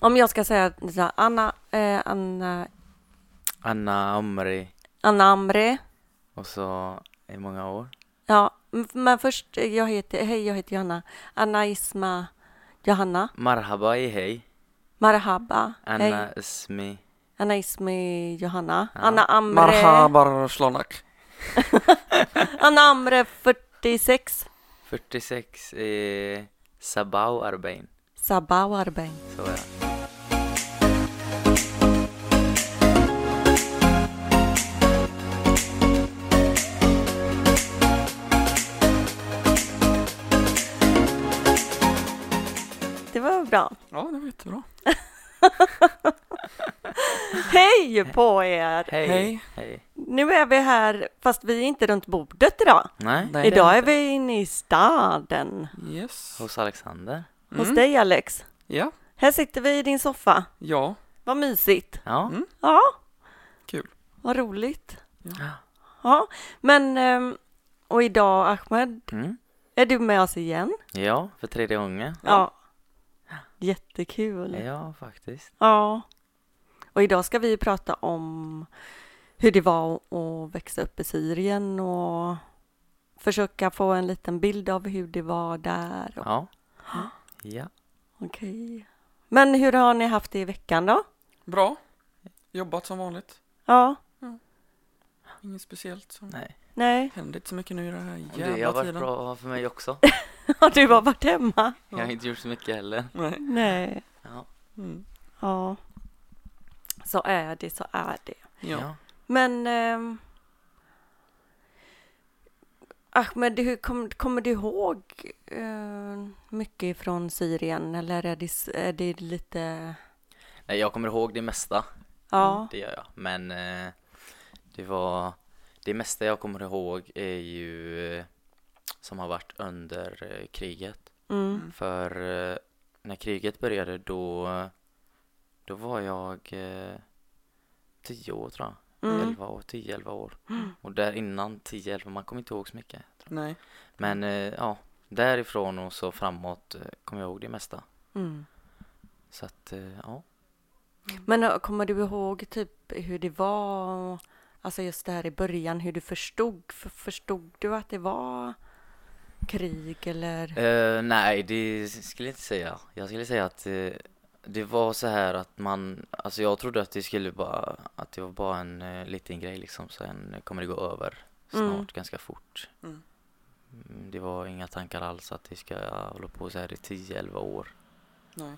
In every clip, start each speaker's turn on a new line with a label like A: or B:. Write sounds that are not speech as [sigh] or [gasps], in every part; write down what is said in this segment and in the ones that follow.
A: Om jag ska säga så här, Anna, eh, Anna,
B: Anna Amri
A: Anna Amre.
B: och så i många år.
A: Ja, m- men först, eh, jag heter, hej jag heter Johanna. Anna Isma Johanna.
B: Marhaba i hej.
A: Marhaba.
B: Anna
A: Hej.
B: Ismi.
A: Anna Ismi Johanna.
B: Ja.
A: Anna Amre.
C: Marhabar Slonak.
A: [laughs] Anna Amre 46.
B: 46 i Sabah och Arbein.
A: Sabah Warbein.
B: Så är det.
A: Det var bra.
C: Ja, det var jättebra.
A: Hej på er!
B: Hej.
C: Hej.
B: Hej.
A: Nu är vi här, fast vi är inte runt bordet idag.
B: Nej.
C: Nej, det
A: idag
C: är
A: är vi inne i staden.
C: Yes.
B: Hos Alexander.
A: Hos
C: Mm.
A: dig Alex.
C: Ja,
A: Här sitter vi i din soffa.
C: ja,
A: Vad mysigt.
B: Ja.
C: Mm.
A: Ja.
C: Kul.
A: Vad roligt.
C: Ja.
A: Ja, men ehm, och idag Ahmed,
B: Mm.
A: är du med oss igen?
B: Ja, för tredje gången.
A: Ja. Jättekul.
B: Ja, faktiskt.
A: Ja. Och idag ska vi ju prata om hur det var att växa upp i Syrien och försöka få en liten bild av hur det var där. Och,
B: Ja. Ja.
A: Okej. Men hur har ni haft det i veckan då?
C: bra. Jobbat som vanligt.
A: Ja,
C: Inget speciellt som
B: Nej.
A: nej, [laughs]
C: händer inte så mycket nu i den här
B: Och Det har
C: jävla
B: varit
C: tiden.
B: bra för mig
C: [laughs]
B: också.
A: har du har varit hemma?
B: Jag har inte gjort så mycket heller.
C: Nej.
A: Nej,
B: Ja.
C: Mm.
A: ja. Så är det, så är det.
C: Ja.
A: Men... ehm, Ahmed, hur kom, kommer du ihåg eh, mycket från Syrien eller är det, s- är det lite...
B: Nej, jag kommer ihåg det mesta.
A: Ja,
B: Det gör jag. Men eh, det var... Det mesta jag kommer ihåg är ju eh, som har varit under eh, kriget.
A: mm,
B: För eh, när kriget började då, då var jag eh, 10 år tror jag.
A: mm,
B: 11 år, 10-11 år. Och där innan 10-11, man kommer inte ihåg så mycket.
C: Nej.
B: Men eh, ja, därifrån och så framåt eh, kommer jag ihåg det mesta.
A: mm.
B: Så att eh, ja.
A: Men eh, kommer du ihåg typ hur det var, alltså just det här i början, hur du förstod? För, förstod du att det var krig eller?
B: Eh, nej, det skulle jag inte säga. Jag skulle säga att eh, det var så här att man, alltså jag trodde att det skulle bara, att det var bara en eh, liten grej liksom. Sen kommer det gå över snart,
A: Mm.
B: ganska fort.
C: Mm.
B: Mm, Det var inga tankar alls att det ska hålla på så här i 10-11 år.
C: Nej.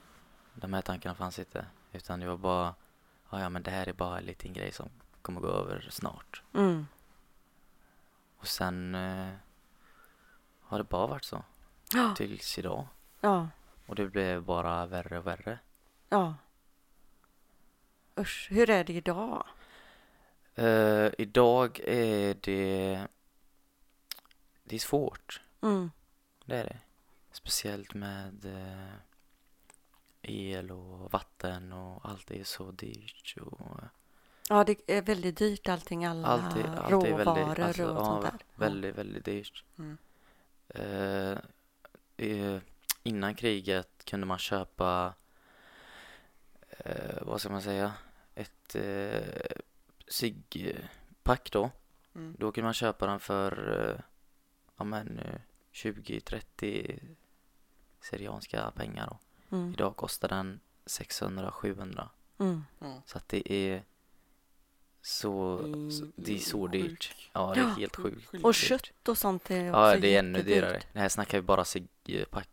B: De här tankarna fanns inte. Utan det var bara, "Ah, ja ja men det här är bara en liten grej som kommer gå över snart.
A: Mm.
B: Och sen eh, har det bara varit så.
A: Ja,
B: Tills idag.
A: ja,
B: Och det blev bara värre och värre.
A: ja. Usch, hur är det idag?
B: Eh, idag är det... Det är svårt.
A: Mm.
B: Det är det. Speciellt med eh, el och vatten och allt är så dyrt. Och
A: Ja, det är väldigt dyrt allting, alla
B: allt är, allt är
A: råvaror
B: väldigt, alltså,
A: och
B: ja,
A: sånt där.
B: väldigt, väldigt dyrt.
C: Mm.
B: Eh, eh, innan kriget kunde man köpa, eh, vad ska man säga, ett eh, ciggpack då.
C: Mm.
B: Då kunde man köpa den för eh, ja, men, eh, 20-30 Syrianska pengar då.
A: Mm.
B: Idag kostar den 600-700
A: Mm.
C: Ja.
B: så att det är så,
C: Mm,
B: så det är så
C: sjuk-
B: dyrt. Ja det är
A: Ja.
B: helt sjukt.
C: Sjukt
A: Och
B: dyrt.
A: kött och sånt är också
B: Ja det är ännu
A: jättedyrt.
B: dyrare. Det här snackar vi bara ciggpack.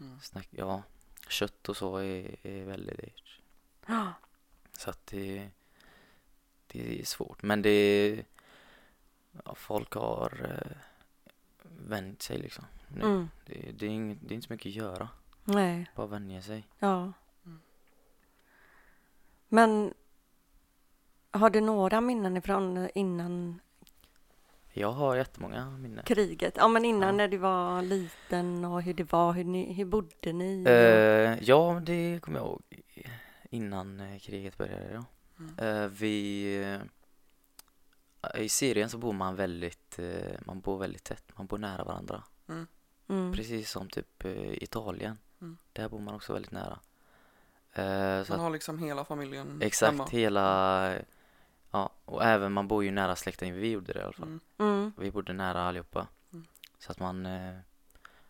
C: Mm.
B: Snack, ja, kött och så är, är väldigt dyrt.
A: Ja,
B: Så att det, det är svårt. Men det, ja, folk har eh, vänt sig liksom. Nu.
A: mm.
B: Det, det, är inget, det är inte så mycket att göra,
A: Nej,
B: bara vänja sig.
A: ja.
C: Mm.
A: Men har du några minnen ifrån innan
B: Jag har jättemånga minnen.
A: kriget? Ja, men innan
B: Ja.
A: när du var liten och hur det var, hur, ni, hur bodde ni?
B: Eh, ja, det kommer jag ihåg innan eh, kriget började. Ja.
C: Mm.
B: Eh, vi, eh, I Syrien så bor man väldigt, eh, man bor väldigt tätt, man bor nära varandra.
A: och, mm.
B: Precis som typ eh, Italien.
C: Mm.
B: Där bor man också väldigt nära. Eh, så
C: Man
B: att,
C: har liksom hela familjen
B: exakt,
C: hemma. Mm.
B: hela... Ja, och även man bor ju nära släkten. Vi gjorde det i alla fall.
C: Mm.
A: Mm.
B: Vi bodde nära allihopa.
C: Mm.
B: Så att man, eh,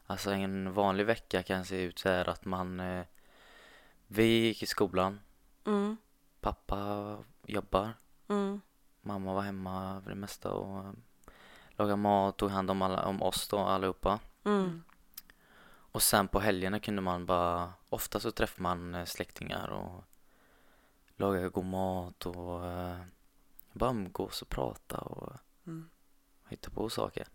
B: alltså en vanlig vecka kan se ut så här att man, eh, vi gick i skolan,
A: Mm.
B: pappa jobbar,
A: Mm.
B: mamma var hemma för det mesta och eh, lagade mat, tog hand om, alla, om oss då allihopa.
A: Mm.
B: Och sen på helgerna kunde man bara, ofta så träffar man eh, släktingar och lagar god mat och eh, bara umgås och prata och
C: Mm.
B: hitta på saker.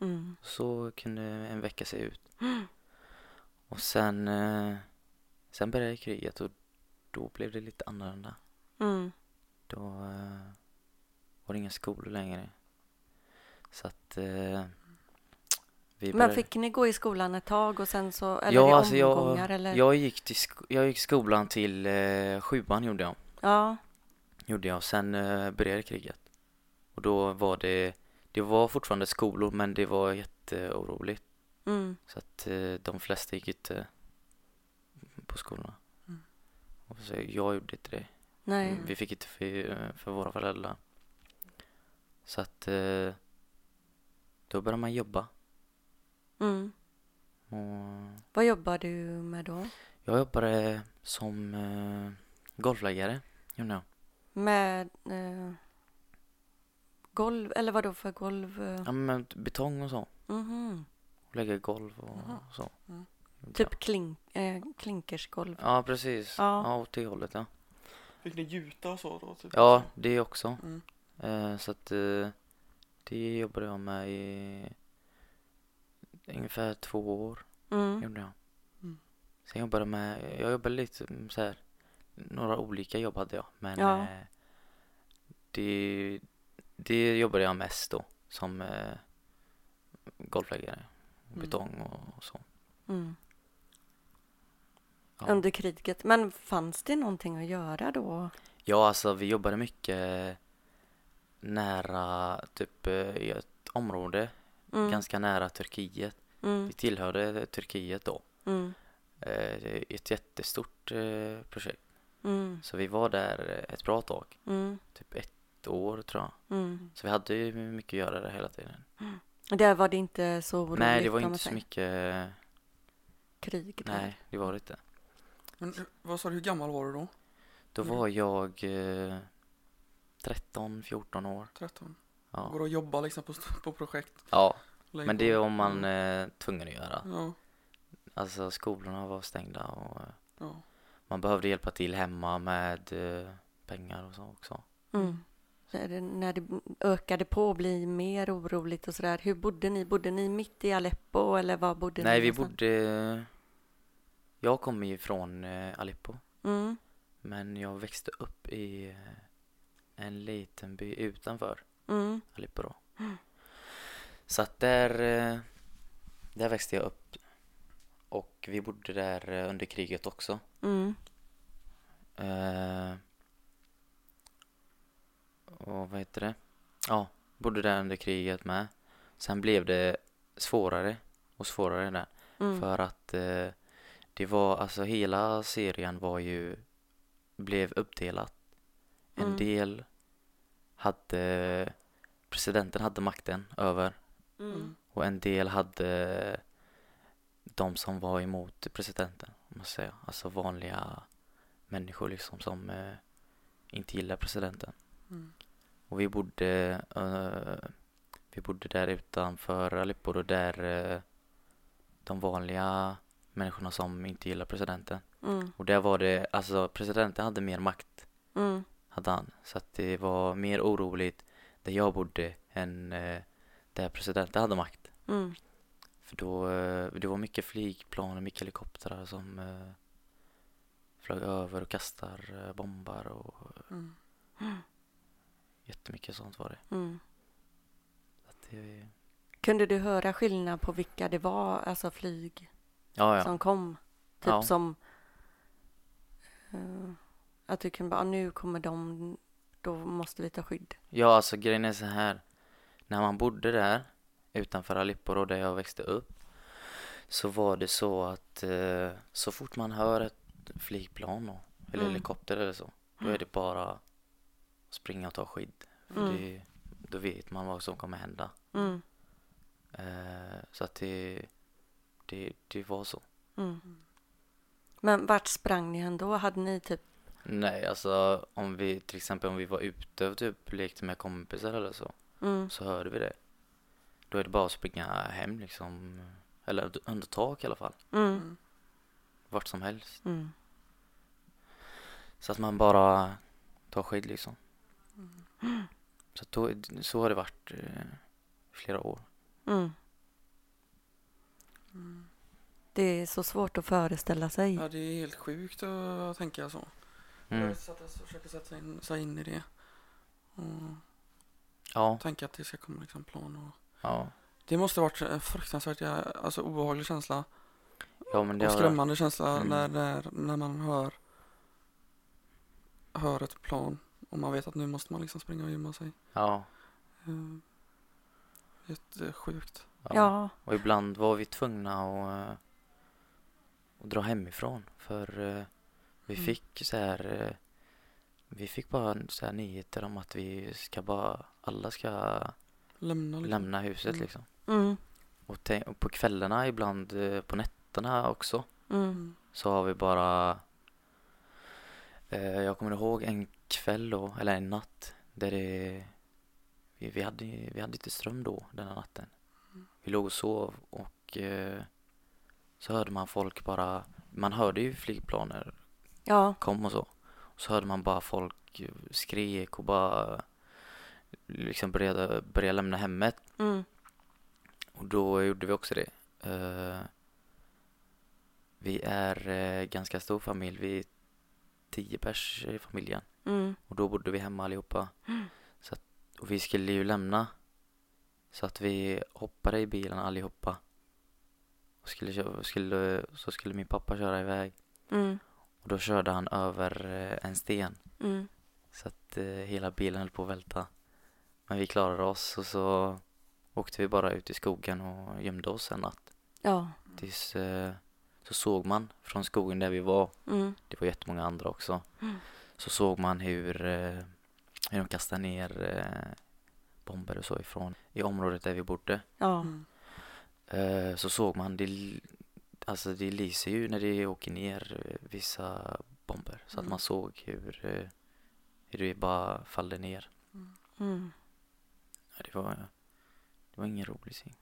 A: Mm.
B: Så kunde en vecka se ut. Och sen, eh, sen började kriget och då blev det lite annorlunda.
A: Mm.
B: Då eh, var det inga skolor längre. Så att eh, vi
A: Men fick ni gå i skolan ett tag och sen så, eller i
B: typ alltså jag-
A: omgångar eller?
B: jag, gick till sk- jag gick skolan till eh, sjuan gjorde jag.
A: Ja.
B: Gjorde jag. Sen eh, började kriget. Och då var det, det var fortfarande skolor men det var jätteoroligt.
A: Mm.
B: Så att eh, de flesta gick inte på skolorna.
C: Mm.
B: Och så jag gjorde inte det.
A: Nej.
C: Mm.
B: Vi fick inte för, eh, för våra föräldrar. Så att eh, då började man jobba.
A: Mm.
B: Och
A: Vad jobbar du med då?
B: jag jobbade som eh, golfläggare. gjorde jag.
A: Med eh, golv, eller vad då för golv? eh?
B: Ja, men betong och så.
A: Mhm.
B: Och lägga golv och
C: Jaha.
B: så.
C: Mm.
A: Typ klink, eh, klinkersgolv?
B: Ja, precis.
A: Ja.
B: Ja. ja, åt det hållet ja.
C: Fick ni gjuta och så då? Typ
B: Ja, det också.
C: Mm.
B: Eh, så att eh, det jobbade jag med i ungefär två år.
A: Mm.
B: Gjorde jag.
C: Mm.
B: Sen jobbade jag med, jag jobbade lite mm, så här, några olika jobb hade jag. Men
A: Ja.
B: eh, det, det jobbade jag mest då som eh, golfläggare.
C: Mm.
B: Betong och, och så.
A: Mm.
B: Ja.
A: Under kriget. Men fanns det någonting att göra då?
B: Ja, alltså vi jobbade mycket nära typ eh, i ett område
A: Mm.
B: ganska nära Turkiet.
A: Mm.
B: Vi tillhörde Turkiet då.
A: Mm.
B: Eh, det är ett jättestort eh, projekt.
A: Mm.
B: Så vi var där eh, ett bra tag,
A: Mm.
B: typ ett år tror jag.
A: Mm.
B: Så vi hade ju mycket att göra där hela tiden.
A: Där var det inte så oroligt?
B: nej, det var
A: om man
B: inte så
A: säger.
B: mycket,
A: Krig? där.
B: nej det var det inte.
C: Mm. Men hur- vad sa du, hur gammal var du då?
B: Då
C: Mm.
B: var jag eh, 13-14 år.
C: 13?
B: Ja.
C: Går det att jobba liksom på, st- på projekt?
B: ja,
C: Lägg
B: men
C: på.
B: det är om
C: Mm.
B: man eh, tvungen att göra.
C: Ja,
B: Alltså skolorna var stängda och eh,
C: ja.
B: man behövde hjälpa till hemma med eh, pengar och så också.
A: Mm. När det, när det ökade på att bli mer oroligt och sådär, hur bodde ni? Bodde ni mitt i Aleppo eller var bodde
B: Nej,
A: ni?
B: vi
A: någonstans?
B: bodde... Jag kommer ju från eh, Aleppo,
A: Mm.
B: men jag växte upp i eh, en liten by utanför
A: Mm.
B: Aleppo då. Så att där, eh, där växte jag upp. Och vi bodde där eh, under kriget också.
A: Mm.
B: Eh, och vad heter det? Ja, bodde där under kriget med. Sen blev det svårare och svårare där.
A: Mm.
B: För att eh, det var, alltså hela serien var ju, blev uppdelat. En
A: Mm.
B: del hade, presidenten hade makten över
A: Mm.
B: och en del hade de som var emot presidenten, om man säger. Alltså vanliga människor liksom som eh, inte gillar presidenten.
C: Mm.
B: Och vi bodde, eh, vi bodde där utanför Aleppo då där eh, de vanliga människorna som inte gillar presidenten.
A: Mm.
B: Och där var det, alltså presidenten hade mer makt,
A: Mm.
B: hade han. Så att det var mer oroligt där jag bodde än eh, där presidenten hade makt.
A: Mm.
B: För då, eh, det var mycket flygplan och mycket helikoptrar som eh, flög över och kastar eh, bombar och
C: Mm.
B: jättemycket sånt var det.
A: Mm.
B: Att det
A: Kunde du höra skillnad på vilka det var, alltså flyg
B: ja, ja.
A: som kom? Typ
B: Ja.
A: som eh, att du kunde bara, "Ah, nu kommer de, då måste vi ta skydd.
B: Ja, alltså grejen är så här. När man bodde där utanför Aleppo då, där jag växte upp så var det så att eh, så fort man hör ett flygplan och, eller
A: Mm.
B: helikopter eller så. Då är det bara springa och ta skydd. För
A: Mm.
B: det, då vet man vad som kommer hända.
A: Mm.
B: Eh, så att det, det, det var så.
A: Mm. Men vart sprang ni ändå? Hade ni typ...
B: Nej, alltså om vi till exempel om vi var ute och typ lekte med kompisar eller så,
A: Mm.
B: så hörde vi det. Då är det bara att springa hem liksom. Eller d- under tak i alla fall.
A: Mm.
C: Mm.
B: Vart som helst.
A: Mm.
B: Så att man bara tar skydd liksom. Så, att då, så har det varit eh, flera år.
A: Mm.
C: Mm.
A: Det är så svårt att föreställa sig.
C: Ja, det är helt sjukt att tänka så.
B: Mm.
C: Jag satt och försökte sätta sig in, sig in i det. Och
B: Ja,
C: tänka att det ska komma liksom plan och...
B: ja.
C: Det måste varit en fruktansvärt jä- alltså, obehaglig känsla.
B: Ja men det
C: Och
B: har varit.
C: skrämmande känsla
B: Mm.
C: när, när, när man hör hör ett plan och man vet att nu måste man liksom springa och gömma sig.
B: Ja,
C: Eh, Jättesjukt.
B: ja.
A: Ja.
B: Och ibland var vi tvungna att, eh, att dra hemifrån för eh, vi
C: Mm.
B: fick så här eh, vi fick bara så här nyheter om att vi ska bara, alla ska
C: Lämna liksom.
B: lämna huset
C: Mm.
B: liksom.
A: Mm.
B: Och, tänk, och på kvällarna ibland, eh, på nätterna också,
A: Mm.
C: Mm.
B: så har vi bara eh, Jag kommer ihåg en kväll då, eller en natt där det Vi, vi, hade, vi hade inte ström då den här natten
C: Mm.
B: Vi låg och sov och eh, så hörde man folk bara Man hörde ju flygplaner
A: Ja.
B: kom och så och Så hörde man bara folk eh, skrek och bara liksom började, började lämna hemmet
A: Mm.
B: och då gjorde vi också det. Eh, vi är eh, ganska stor familj, vi är tio pers i familjen.
A: Mm.
B: Och då bodde vi hemma allihopa. Så att, och vi skulle ju lämna. Så att vi hoppade i bilen allihopa. Och skulle, kö- skulle, så skulle min pappa köra iväg.
A: Mm.
B: Och då körde han över eh, en sten.
A: Mm.
B: Så att eh, hela bilen höll på att välta. Men vi klarade oss och så åkte vi bara ut i skogen och gömde oss en natt.
A: Ja.
B: Tills eh, så såg man från skogen där vi var,
A: Mm.
B: det var jättemånga andra också,
A: Mm.
B: så såg man hur, eh, hur de kastade ner eh, bomber och så ifrån i området där vi bodde.
A: Ja.
C: Mm.
B: Eh, så såg man, det, l- alltså det lyser ju när det åker ner eh, vissa bomber så att
C: Mm.
B: man såg hur, eh, hur det bara faller ner.
A: Mm.
B: Ja, Det var, det var ingen rolig syn.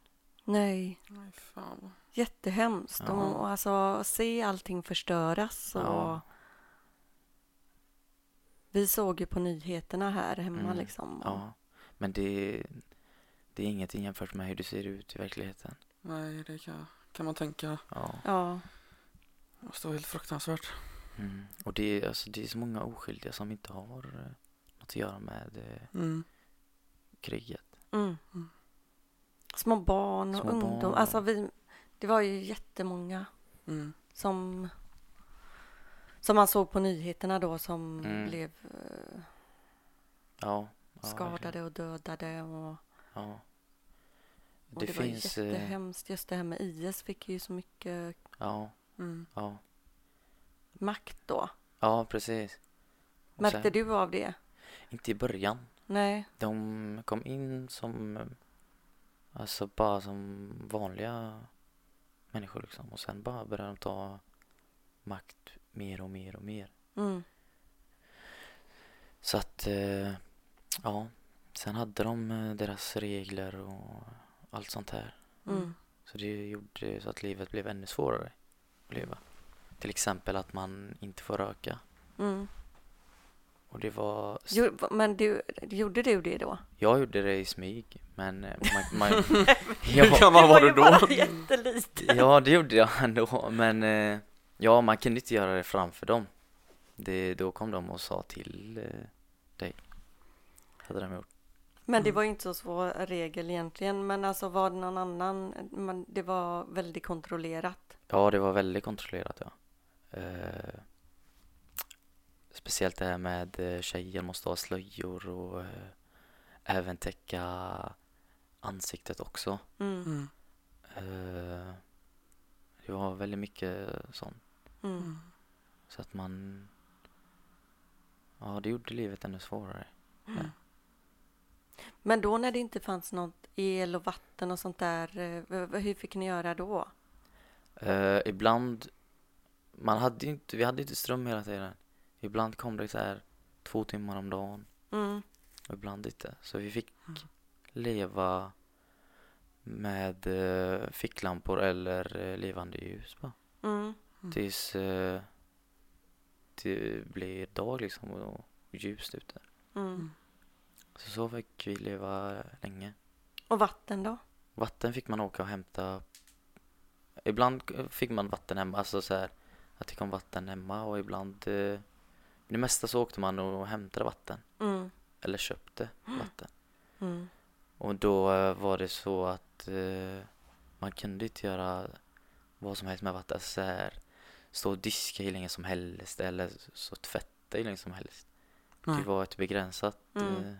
A: Nej.
C: Nej, fan vad...
A: Jättehemskt.
B: Ja.
A: Och, och alltså se allting förstöras. Och
B: Ja.
A: Vi såg ju på nyheterna här hemma
B: Mm.
A: liksom. Och,
B: Ja, men det, det är ingenting jämfört med hur det ser ut i verkligheten.
C: Nej, det kan, kan man tänka.
B: Ja.
A: ja.
C: Det måste vara helt fruktansvärt.
B: Mm. Och det är, alltså, det är så många oskyldiga som inte har eh, något att göra med eh,
C: Mm.
B: kriget.
A: Mm.
C: Mm.
A: Små barn och
B: Små
A: ungdom.
B: barn.
A: Alltså vi, det var ju jättemånga
C: Mm.
A: som, som man såg på nyheterna då som
B: Mm.
A: blev eh,
B: Ja. ja verkligen.
A: skadade och dödade. Och,
B: Ja.
A: och
B: Det,
A: det, var
B: finns... eh,
A: jättehemskt. Just det här med IS fick ju så mycket
B: ja,
C: Mm.
B: ja.
A: makt då.
B: Ja, precis. Och
A: Märkte
B: sen-
A: du av det?
B: Inte i början.
A: Nej.
B: De kom in som... eh, Alltså bara som vanliga människor liksom. Och sen bara började de ta makt mer och mer och mer.
A: Mm.
B: Så att, eh, ja. Sen hade de eh, deras regler och allt sånt här.
A: Mm.
B: Så det gjorde så att livet blev ännu svårare att leva. Till exempel att man inte får röka.
A: Mm.
B: Och det var...
A: Jo, va- men du, gjorde du det
B: [laughs]
A: då?
B: Jag gjorde det i smyg, men... eh, Man, man,
C: Hur
B: ja,
C: gammal var
A: ju
C: du då?
A: bara [laughs] jätteliten.
B: ja, det gjorde jag ändå, men... eh, Ja, man kunde inte göra det framför dem. Det, då kom de och sa till eh, dig. Hade de gjort.
A: Men det var ju inte så svår regel egentligen. Men alltså var det någon annan? Men det var väldigt kontrollerat.
B: Ja, det var väldigt kontrollerat, ja. Eh, speciellt det här med eh, tjejer måste ha slöjor och eh, även täcka ansiktet också.
A: Mm.
C: Mm.
B: Eh, det var väldigt mycket sånt.
A: Mm.
C: Mm.
B: Så att man... Ja, det gjorde livet ännu svårare.
C: Mm.
A: Men då när det inte fanns något el och vatten och sånt där, eh, v- v- hur fick ni göra då?
B: Eh, ibland... Man hade ju inte, vi hade ju inte ström hela tiden. Ibland kom det så här två timmar om dagen
A: Mm.
B: och ibland inte. Så vi fick
C: Mm.
B: leva med eh, ficklampor eller eh, levande ljus bara.
A: Mm.
B: Tills eh, det blir dag liksom och, och ljust ute.
A: Mm.
B: Så så fick vi leva länge.
A: Och vatten då?
B: Vatten fick man åka och hämta. Ibland k- fick man vatten hemma, alltså så här att det kom vatten hemma och ibland eh, det mesta så åkte man och hämtade vatten
A: Mm.
B: eller köpte vatten.
A: Mm.
B: Och då eh, var det så att eh, man kunde inte göra vad som helst med vatten. Alltså så här, stå och diska hur länge som helst eller så tvätta hur länge som helst.
C: Nej.
B: Det var ett begränsat...
A: Mm.
B: Eh,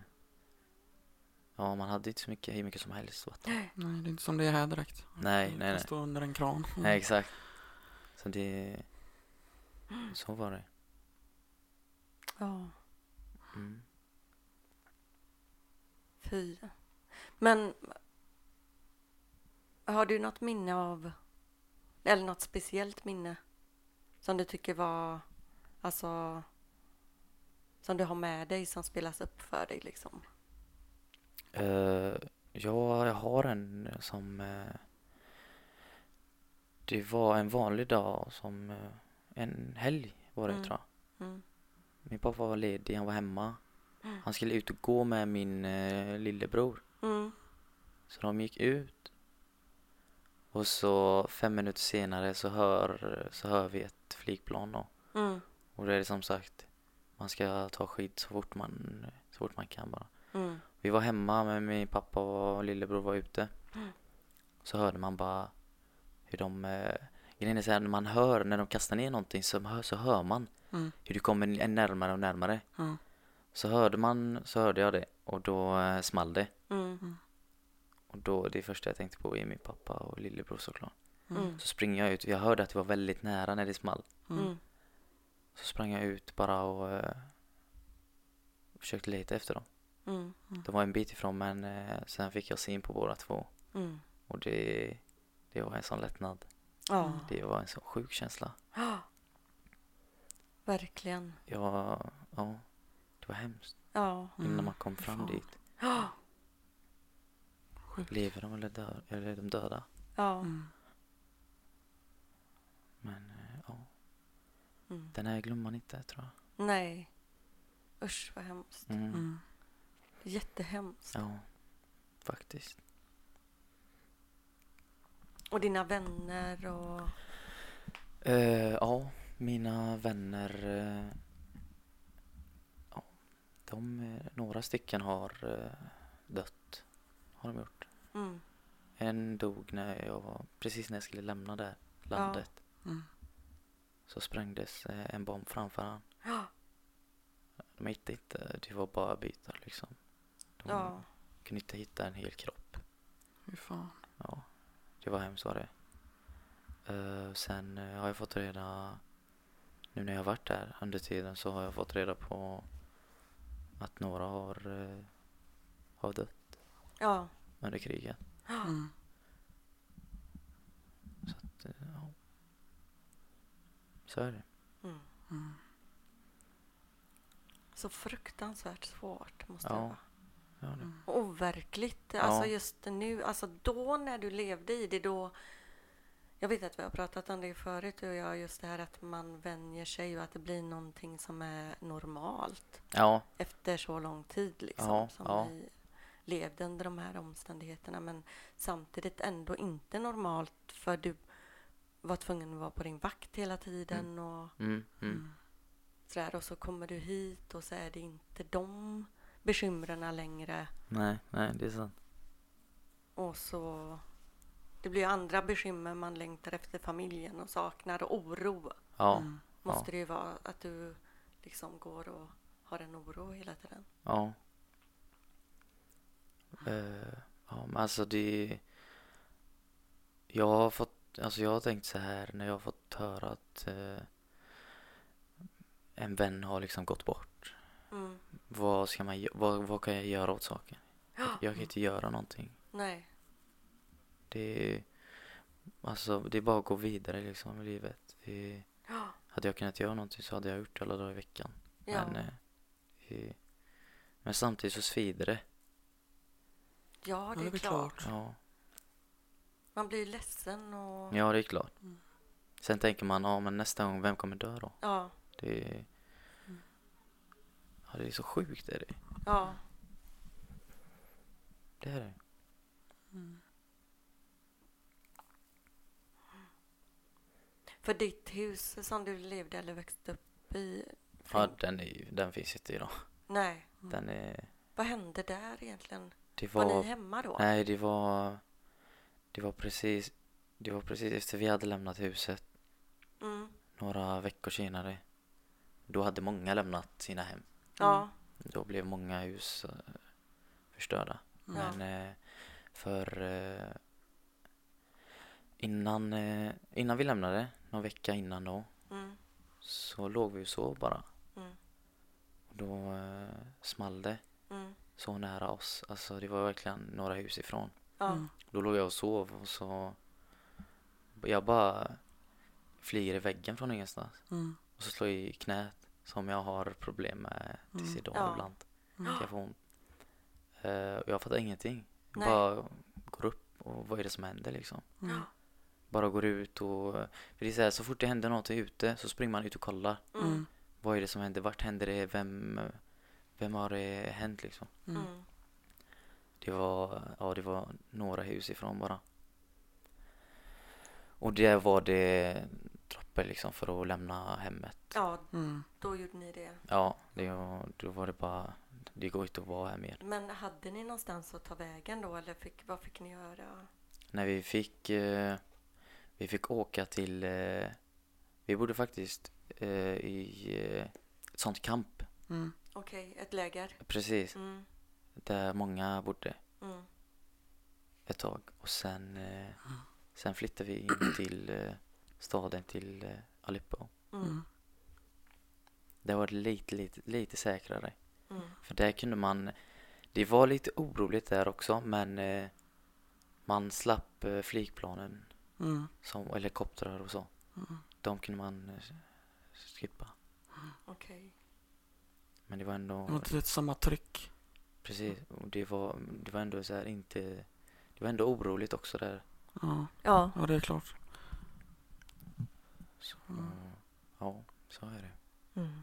B: ja, man hade inte så mycket, hur mycket som helst vatten.
C: Nej, det är inte som det är här direkt.
B: Nej,
C: Man
B: nej,
C: kan
B: nej.
C: Stå under en kran. Mm.
B: [laughs] Nej, exakt. Så det... Så var det.
A: Ja,
B: Mm.
A: fy. Men har du något minne av, eller något speciellt minne som du tycker var, alltså, som du har med dig som spelas upp för dig liksom?
B: Eh, ja, jag har en som... eh, det var en vanlig dag som... eh, en helg var det,
A: Mm.
B: tror jag.
A: Mm.
B: Min pappa var ledig, han var hemma.
A: Mm.
B: Han skulle ut och gå med min eh, lillebror.
A: Mm.
B: Så de gick ut. Och så fem minuter senare så hör, så hör vi ett flygplan då.
A: Mm.
B: Och det är som sagt, man ska ta skydd så fort man, så fort man kan bara.
A: Mm.
B: Vi var hemma men min pappa och lillebror var ute.
A: Mm.
B: Så hörde man bara hur de, eh, grejen är så här, när man hör, när de kastar ner någonting så, hör- så hör man
C: Mm.
B: hur det kommer en närmare och närmare.
C: Ja.
B: Så hörde man, så hörde jag det och då eh, small det.
A: Mm.
B: Och då, det första jag tänkte på är min pappa och lillebror såklart.
A: Mm.
B: Så springer jag ut, jag hörde att det var väldigt nära när det small.
A: Mm.
B: Så sprang jag ut bara och eh, försökte leta efter dem.
A: Mm.
B: De var en bit ifrån men eh, sen fick jag syn på båda två.
A: Mm.
B: Och det, det var en sån lättnad.
A: Ja,
B: Det var en sån sjuk känsla.
A: verkligen.
B: Jag, ja, det var hemskt.
A: Ja.
B: Innan
C: Mm.
B: man kom fram
C: Fan.
B: dit.
A: Ja.
C: [gasps] Sjukt.
B: Lever de eller, dör, eller är de döda?
A: Ja.
C: Mm.
B: Men eh, ja,
A: Mm.
B: den här glömmer man inte tror jag.
A: Nej. Usch, vad hemskt.
B: Mm.
C: Mm.
A: Jättehemskt.
B: Ja, faktiskt.
A: Och dina vänner och...
B: Eh, ja, mina vänner. eh, ja, de, eh, några stycken har eh, dött. Har de gjort.
A: Mm.
B: En dog när jag var, precis när jag skulle lämna det här
A: Ja.
B: landet.
C: Mm.
B: Så sprängdes eh, en bomb framför han.
A: Ja.
B: De hittade inte, eh, det var bara bitar liksom. De
A: Ja.
B: kunde inte hitta en hel kropp.
C: Fy fan.
B: Ja, det var hemskt var det. Eh, sen eh, har jag fått reda, nu när jag har varit där under tiden så har jag fått reda på att några har, eh, har dött
A: Ja.
B: under kriget.
A: Ah.
C: Mm.
B: Eh, ja. Så är det.
A: Mm.
C: Mm.
A: Så fruktansvärt svårt måste
B: Ja.
A: det vara.
B: Ja,
C: Mm.
B: det.
A: Och overkligt. Alltså
B: Ja.
A: just nu, alltså då när du levde i det då. Jag vet att vi har pratat om det förut du och jag, just det här att man vänjer sig och att det blir någonting som är normalt
B: ja,
A: efter så lång tid liksom.
B: Ja,
A: som
B: ja.
A: vi levde under de här omständigheterna men samtidigt ändå inte normalt för du var tvungen att vara på din vakt hela tiden och
B: mm, mm.
C: Mm.
A: sådär och så kommer du hit och så är det inte de bekymren längre
B: Nej, nej, det är sant.
A: Och så... Det blir ju andra bekymmer man längtar efter familjen och saknar och oro.
B: Ja,
C: Mm.
A: Måste det ju vara att du liksom går och har en oro hela tiden.
B: Ja. Eh, ja, men alltså det... Jag har fått, alltså jag har tänkt så här när jag har fått höra att eh, en vän har liksom gått bort.
A: Mm.
B: Vad ska man, gö- vad, vad kan jag göra åt saken? Jag, jag kan inte göra någonting.
A: Nej.
B: Det är, alltså, det är bara att gå vidare liksom i livet. Det är,
A: Ja.
B: hade jag kunnat göra någonting så hade jag gjort det alla dagar i veckan.
A: Ja.
B: Men, eh, det, men samtidigt så svider det.
A: ja,
C: Ja,
A: det är klart.
B: Ja,
A: Man blir ju ledsen och...
B: ja det är klart.
C: Mm.
B: Sen tänker man, ja men nästa gång, vem kommer dö då?
A: Ja.
B: Det är, ja, det är så sjukt är det.
A: ja.
B: Det är det.
C: Mm.
A: För ditt hus som du levde eller växte upp i?
B: Ja,
A: fin-
B: den, är, ju- den finns inte idag.
A: Nej.
B: Den är,
A: Vad hände där egentligen?
B: det
A: Var,
B: var,
A: ni hemma då?
B: nej det var, det var precis, det var precis efter vi hade lämnat huset.
A: Mm.
B: några veckor senare. Då hade många lämnat sina hem.
A: Ja.
B: Då blev många hus eh, förstörda.
A: Ja.
B: Men eh, för eh, innan, eh, innan vi lämnade, någon vecka innan då,
A: Mm.
B: så låg vi och sov bara.
A: Mm.
B: Och då eh, small det
A: Mm.
B: så nära oss. Alltså det var verkligen några hus ifrån.
A: Ja.
C: Mm.
B: Då låg jag och sov och så jag bara flyger i väggen från ingenstans.
C: Mm.
B: Och så slår jag i knät som jag har problem med tills
C: Mm.
B: idag
A: Ja.
B: ibland.
C: Mm.
B: Kan jag få ont. Eh, och jag fattar ingenting. Jag
A: Nej.
B: bara går upp och vad är det som händer liksom?
C: Mm.
B: Bara går ut och... För det är så, här, så fort det händer något ute så springer man ut och kollar.
A: Mm.
C: Mm.
B: Vad är det som händer? Vart händer det? Vem, vem har det hänt liksom?
C: Mm.
A: Mm.
B: Det var, ja, det var några hus ifrån bara. Och det var det trappor liksom för att lämna hemmet.
A: Ja,
C: Mm.
A: då gjorde ni det.
B: Ja, det var, då var det bara, det går inte att vara här mer.
A: Men hade ni någonstans att ta vägen då eller fick, vad fick ni göra?
B: När vi fick, eh, vi fick åka till, eh, vi bodde faktiskt eh, i eh, ett sånt kamp,
C: Mm.
A: Okej, ett läger?
B: precis,
A: Mm.
B: där många bodde
A: Mm.
B: ett tag. Och sen, eh, sen flyttade vi in [clears throat] till eh, staden, till eh, Aleppo.
A: Mm.
B: Där var det lite, lite, lite säkrare.
A: Mm.
B: För där kunde man, det var lite oroligt där också men eh, man slapp eh, flygplanen
C: Mm.
B: som och helikoptrar och så.
C: Mm.
B: De kunde man eh, skippa.
A: Okej.
B: Men det var ändå,
C: Det var inte lite samma tryck.
B: precis, och det var, det var ändå så här inte, det var ändå oroligt också där.
C: Ja,
A: Ja.
C: ja det är klart.
B: Så,
C: Mm.
B: Ja, så är det.
A: Mm.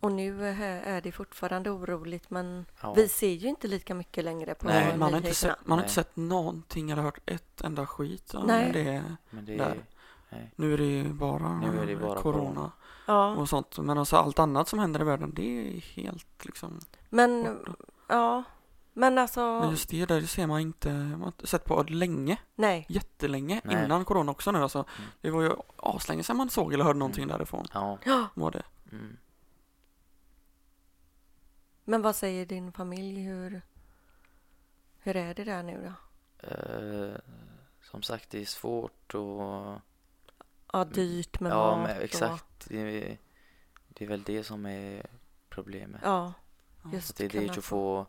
A: Och nu eh, är det fortfarande oroligt men
B: Ja,
A: vi ser ju inte lika mycket längre på
B: Nej,
C: Nej, man har inte
A: nyheterna.
C: sett, man har
B: Nej.
C: inte sett någonting eller hört ett enda skit om
A: Nej.
C: det.
B: men det,
C: där.
B: nej,
C: Nu är det ju bara,
B: Nu är det bara
C: corona
A: Ja,
C: och sånt. Men alltså allt annat som händer i världen det är helt liksom
A: men
C: borta.
A: ja, men
C: Men
A: alltså
C: just det där det ser man inte, man har inte sett på länge,
A: nej.
C: jättelänge,
B: Nej.
C: innan corona också nu alltså.
B: Mm.
C: Det var ju aslänge sedan man såg eller hörde någonting
B: Mm.
C: därifrån.
B: ja,
A: Ja,
C: Var det.
B: mm.
A: men vad säger din familj? Hur, hur är det där nu då?
B: Eh, som sagt det är svårt och
A: Ja, dyrt med
B: Mm. ja,
A: mat
B: men
A: Och,
B: exakt. Det är, det är väl det som är problemet.
A: ja,
C: Ja,
A: just alltså.
B: att det är dyrt
A: kunna
B: att få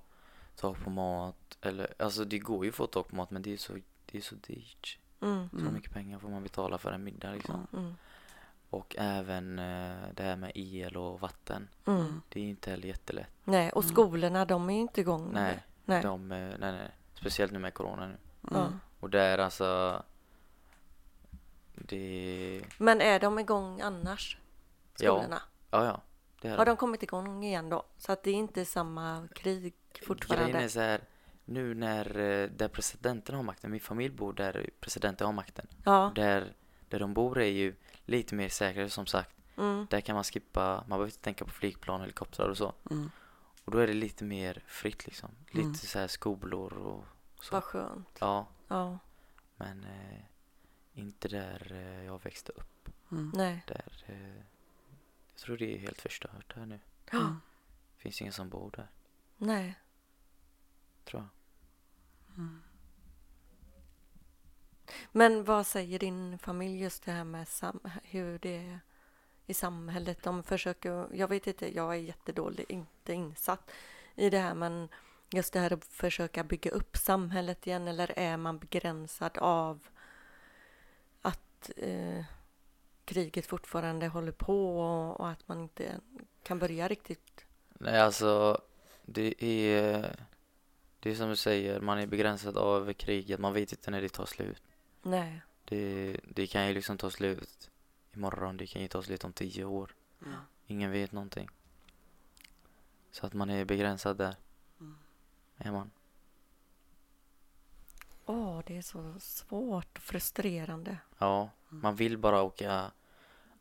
B: tag på mat. Eller, alltså det går ju att få tag på mat men det är så, det är så dyrt.
A: Mm,
B: Så
C: Mm.
B: mycket pengar får man betala för en middag liksom.
C: Ja.
A: mm,
B: Och även eh, det här med el och vatten.
A: mm.
B: Det är ju inte heller jättelätt.
A: Nej, och
C: Mm.
A: skolorna de är ju inte igång. nu.
B: Nej,
A: Mm. nej.
B: de, eh, nej, nej. Speciellt nu med corona nu.
A: Ja.
C: Mm.
B: Och där alltså. Det,
A: Men är de igång annars?
B: Ja.
A: Skolorna?
B: ja ja. Det är
A: Har
B: det.
A: de kommit igång igen då? Så att det är inte samma krig
B: Grejen är
A: fortfarande?
B: så här. Nu när eh, där presidenten har makten, min familj bor där presidenten har makten.
A: Ja.
B: Där, där de bor är ju lite mer säkrare som sagt.
A: Mm.
B: Där kan man skippa, man behöver inte tänka på flygplan, helikoptrar och så.
C: Mm.
B: Och då är det lite mer fritt liksom. Lite
C: Mm.
B: så här skolor och så.
A: Vad skönt.
B: Ja,
A: Ja.
B: men eh, inte där eh, jag växte upp.
C: Mm.
A: Nej.
B: Där, eh, jag tror det är helt förstört här nu.
A: Ja.
B: Finns ingen som bor där,
A: Nej.
B: tror jag.
C: Mm.
A: Men vad säger din familj just det här med sam- hur det i samhället. De försöker, jag vet inte, jag är jättedålig, inte insatt i det här men just det här att försöka bygga upp samhället igen eller är man begränsad av att eh, kriget fortfarande håller på och, och att man inte kan börja riktigt?
B: Nej, alltså det är det är som du säger, man är begränsad av kriget, man vet inte när det tar slut.
A: Nej.
B: Det, det kan ju liksom ta slut imorgon, det kan ju ta slut om tio år.
C: Ja.
B: Ingen vet någonting. Så att man är begränsad där.
C: Mm.
B: Är man.
A: Åh, det är så svårt och frustrerande.
B: Ja,
C: Mm.
B: man vill bara åka,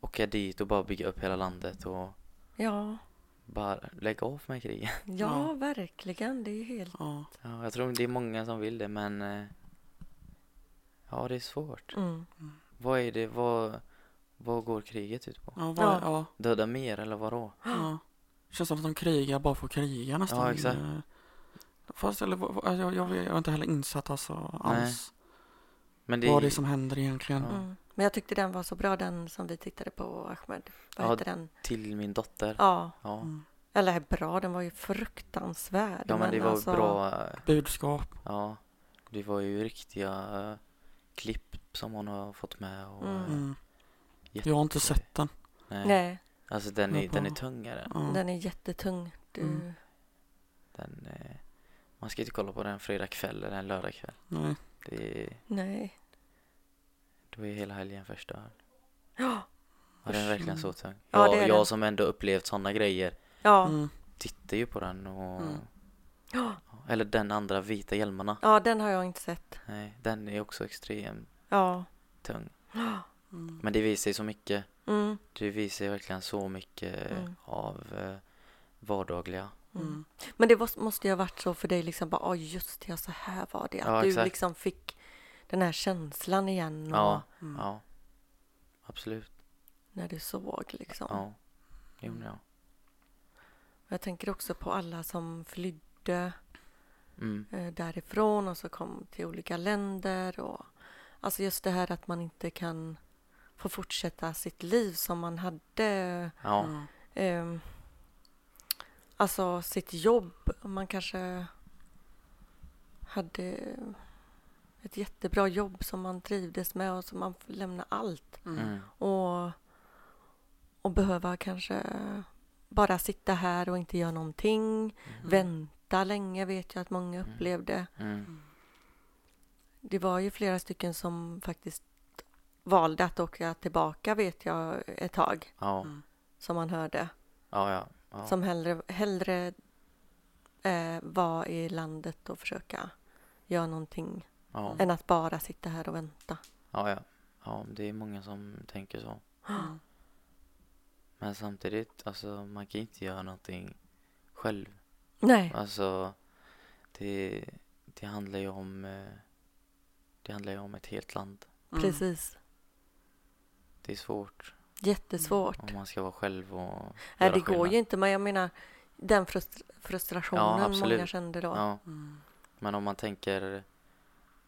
B: åka dit och bara bygga upp hela landet och
A: Ja,
B: bara lägga av med kriget. [laughs]
A: ja,
C: Ja.
A: verkligen. Det är helt...
C: Ja.
B: Ja, jag tror det är många som vill det men eh, ja, det är svårt.
A: Mm.
B: Vad är det, vad, vad går kriget ut på?
C: Ja, vad, ja.
A: Ja.
C: ja.
B: Döda mer eller vadå?
C: Ja. Känns som att de krigar bara för att kriga nästan.
B: Ja, exakt.
C: Eh, Fast eller, vad- vad- jag, jag, jag är inte heller insatt alltså alls.
B: Men det,
C: Vad det är som händer egentligen.
B: Ja.
A: Mm. Men jag tyckte den var så bra, den som vi tittade på, Ahmed. Vad
B: Ja.
A: hette den?
B: till min dotter.
A: Ja,
B: Ja,
C: Mm.
A: eller bra, den var ju fruktansvärd.
B: ja men det var
A: alltså-
B: bra, eh,
C: Budskap.
B: ja. Det var ju riktiga eh, klipp som hon har fått med och
A: Mm.
B: eh,
C: Mm.
B: jätte-
C: Jag har inte sett den.
B: Nej.
A: Nej, Mm.
B: Alltså den
C: Ja,
B: är, den är
C: bra.
B: tungare.
C: Ja.
A: den är jättetung. Du...
C: Mm.
B: Den, eh, man ska inte kolla på den fredag kväll eller en lördag kväll.
C: Nej.
B: Det är,
A: Nej.
B: då är hela helgen förstörd.
A: Ja,
B: Ja, den är verkligen så tung.
A: Mm. Ja,
B: Jag,
A: det är
B: jag
A: den.
B: som ändå upplevt sådana grejer
A: ja.
C: Mm.
B: tittar ju på den och...
C: Mm.
A: Ja.
B: Eller den andra vita hjälmarna.
A: ja, den har jag inte sett.
B: Nej, den är också extremt
A: Ja.
B: tung.
C: Mm.
B: Men det visar ju så mycket.
A: Mm.
B: Det visar ju verkligen så mycket
A: Mm.
B: av eh, vardagliga.
A: Mm.
C: Mm.
A: Men det var- måste ju ha varit så för dig, liksom bara, oh, just ja, så här var det. Att
B: Ja,
A: du
B: exakt.
A: liksom fick den här känslan igen och
B: Ja,
C: Mm.
B: ja. Absolut.
A: när du såg liksom.
B: Ja. Det gjorde jag.
A: Jag tänker också på alla som flydde
B: Mm.
A: eh, därifrån och så kom till olika länder och alltså just det här att man inte kan få fortsätta sitt liv som man hade
B: Ja.
C: Mm.
A: Ehm, alltså sitt jobb. Man kanske hade ett jättebra jobb som man trivdes med och som man får lämna allt
B: Mm.
A: och, och behöva kanske bara sitta här och inte göra någonting. Vänta länge vet jag att många
B: Mm.
A: upplevde.
B: Mm.
C: Mm.
A: Det var ju flera stycken som faktiskt valde att åka tillbaka vet jag ett tag
B: Ja.
C: Mm.
A: som man hörde.
B: Ja, ja. ja.
A: som hellre, hellre eh, var i landet och försöka göra någonting
B: ja.
A: än att bara sitta här och vänta.
B: Ja, ja. Ja, det är många som tänker så.
C: Mm.
B: Men samtidigt, alltså man kan inte göra någonting själv.
A: Nej,
B: Alltså, det, det handlar ju om eh, det handlar ju om ett helt land.
A: precis.
B: Det är svårt
A: Jättesvårt.
B: om man ska vara själv och
A: Nej,
B: göra
A: det går
B: Mm. skillnad.
A: ju inte, men jag menar den frustr-
B: Ja,
A: frustrationen
B: absolut.
A: många kände då.
B: Ja,
C: Mm.
B: men om man tänker,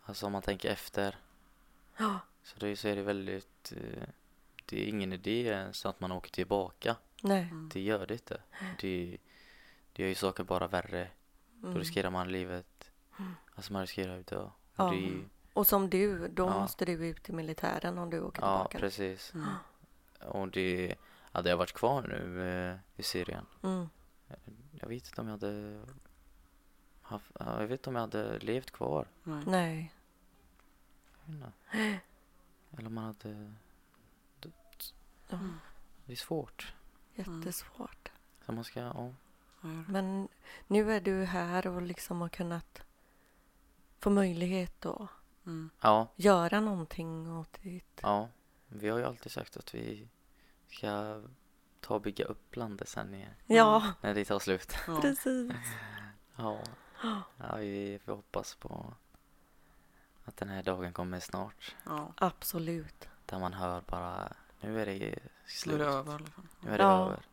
B: alltså om man tänker efter
A: Ja,
B: så, det, så är det väldigt, eh, det är ingen idé ens att man åker tillbaka.
A: nej.
B: Det gör det inte. Det, det gör ju saker bara värre. Då
A: Mm.
B: riskerar man livet. Alltså man riskerar att dö. Och
A: Ja. mm.
B: det är ju-
A: Och som du, då
B: Ja.
A: måste du ut i militären om du åker
B: Ja,
A: tillbaka.
B: precis.
C: Mm.
B: Och det, hade jag varit kvar nu eh, i Syrien,
A: Mm.
B: jag vet inte om jag hade haft, ja, jag vet inte om jag hade levt kvar.
C: Nej.
A: Nej.
B: Jag vet
A: [gasps]
B: inte. Eller om man hade dött.
A: Ja,
C: Mm.
B: Det är svårt.
A: jättesvårt.
B: Så man ska, ja.
C: Ja, jag-
A: Men nu är du här och liksom har kunnat få möjlighet att
C: Mm.
B: ja,
A: göra någonting åt ditt...
B: ja. Vi har ju alltid sagt att vi ska ta och bygga upp landet sen igen.
A: Ja,
B: När det
A: [gasps]
B: tar slut.
C: Ja.
A: precis.
B: Ja. ja vi får hoppas på att den här dagen kommer snart.
C: Ja.
A: Absolut.
B: Där man hör bara, nu är det
C: Nu är
B: slut.
C: det över. liksom.
B: Nu är det
A: Ja.
B: över.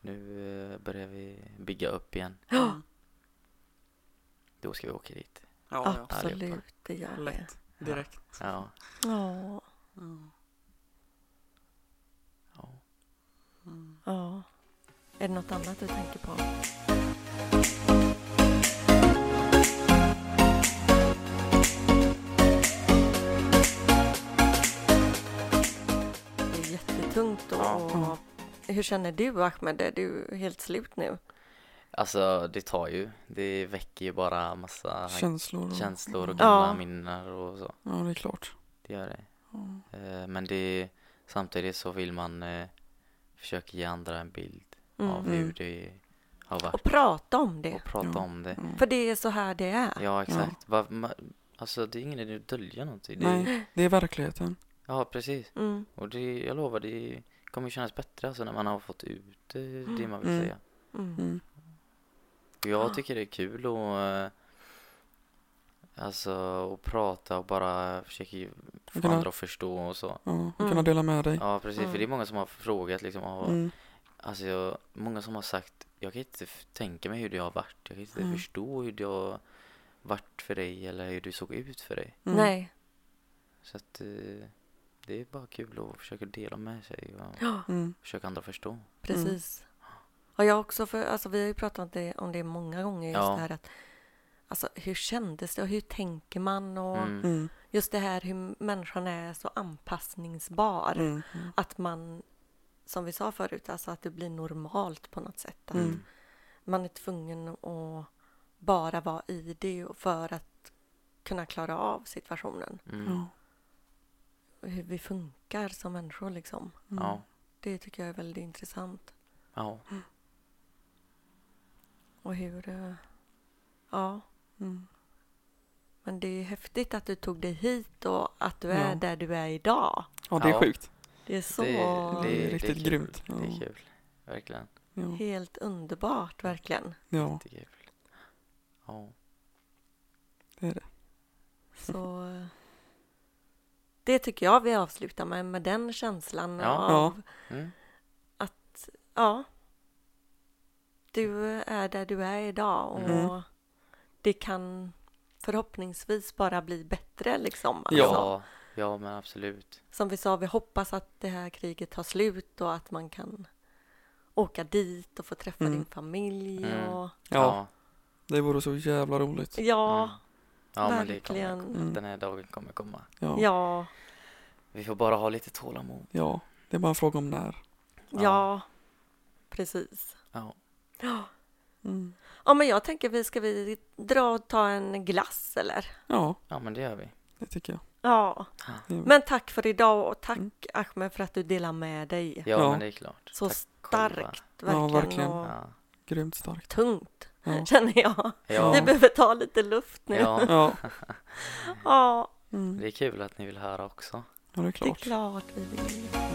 B: Nu eh, börjar vi bygga upp igen.
C: Mm.
A: Ja,
B: Då ska vi åka dit.
C: Ja, ja.
A: absolut. Det gör det.
C: Lätt. Direkt.
B: Ja.
A: Ja.
C: Mm.
B: ja.
C: Mm.
A: Ja. Är det något annat du tänker på? Det är jättetungt och,
B: Ja.
A: och hur känner du Ahmed? Är du helt slut nu?
B: Alltså det tar ju, det väcker ju bara massa
C: Känslor. Och,
B: känslor och
A: Ja.
B: gamla minnen och så.
C: Ja, det är klart.
B: Det gör det.
C: Mm.
B: Eh, Men det, samtidigt så vill man eh, försöka ge andra en bild
A: Mm.
B: av hur det har varit
A: Och prata om det.
B: och prata
C: Ja.
B: om det.
C: Mm.
A: För det är så här det är.
B: Ja, exakt. Va, ma, alltså det är ingen idé att dölja någonting. Det,
C: Nej, det är verkligheten.
B: ja, precis.
A: Mm.
B: Och det, jag lovar, det kommer kännas bättre alltså när man har fått ut eh, det man vill
C: Mm.
B: säga.
A: Mm.
C: Mm.
B: Och jag
A: Ja.
B: tycker det är kul och eh, Alltså att prata och bara försöka få
C: Kunna-
B: andra att förstå och så.
C: Ja, och
A: Mm.
C: kunna dela med dig.
B: Ja precis,
A: Mm.
B: för det är många som har frågat liksom, ah,
C: Mm.
B: Alltså jag, många som har sagt, jag kan inte f- tänka mig hur det har varit. Jag kan inte
C: Mm.
B: förstå hur det har varit för dig eller hur du såg ut för dig.
C: Mm.
A: Nej.
B: Så att eh, det är bara kul att försöka dela med sig och
A: Ja.
C: Mm.
B: försöka andra förstå.
A: Precis. Och jag också, för, alltså, vi har ju pratat om det, om det många gånger, just
B: Ja.
A: det här att alltså, hur kändes det och hur tänker man och
B: Mm.
C: Mm.
A: just det här hur människan är så anpassningsbar.
C: Mm.
A: Att man, som vi sa förut, alltså att det blir normalt på något sätt. Att
C: Mm.
A: Man är tvungen att bara vara i det och för att kunna klara av situationen.
B: Mm.
C: Ja.
A: Och Hur vi funkar som människor liksom.
C: Mm.
B: Ja.
A: Det tycker jag är väldigt intressant.
B: ja.
A: Och hur... eh, Ja,
C: Mm.
A: men det är häftigt att du tog dig hit och att du
C: Ja.
A: är där du är idag.
C: ja, det är
B: Ja.
C: sjukt.
A: Det är så
C: Alltså, det är riktigt
B: kul.
C: grymt.
B: Det
C: Ja.
B: är kul. Verkligen.
C: Ja.
A: helt underbart verkligen.
C: ja,
B: Det är kul. Ja.
C: det är det.
A: Så... eh, Det tycker jag vi avslutar med, med den känslan
B: Ja.
A: av...
B: Mm.
A: Ja. Du är där du är idag och
C: Mm.
A: det kan förhoppningsvis bara bli bättre liksom. alltså.
B: ja. Ja, men absolut.
A: som vi sa, vi hoppas att det här kriget tar slut och att man kan åka dit och få träffa
C: Mm.
A: din familj.
B: Mm.
A: Och,
C: Ja, det vore så jävla roligt.
A: ja,
B: Mm. Ja, men det kommer,
A: verkligen.
C: Mm.
B: den här dagen kommer komma.
C: Ja. Ja.
A: Ja,
B: Vi får bara ha lite tålamod.
C: ja, det är bara en fråga om när.
A: ja,
B: Ja.
A: precis.
B: Ja.
C: Mm.
A: Ja, men jag tänker vi ska vi dra och ta en glass eller?
C: Ja,
B: ja, men det gör vi.
C: det tycker jag.
A: Ja,
B: Mm.
C: Det är-
A: men tack för idag och tack
C: Mm.
A: Ahmed för att du delar med dig.
B: Ja,
C: Ja.
B: men det är klart.
A: Så
B: Tack
A: starkt
B: själva.
A: verkligen,
C: Ja, verkligen.
A: och
B: Ja.
C: Grymt starkt.
A: tungt
C: Ja.
A: känner jag. Vi
B: Ja.
A: behöver ta lite luft nu. Ja,
B: ja,
C: Ja, [laughs]
A: ja
C: mm.
B: det är kul att ni vill höra också.
C: ja det är
A: det är
C: klart.
A: klart vi vill.
C: Ja.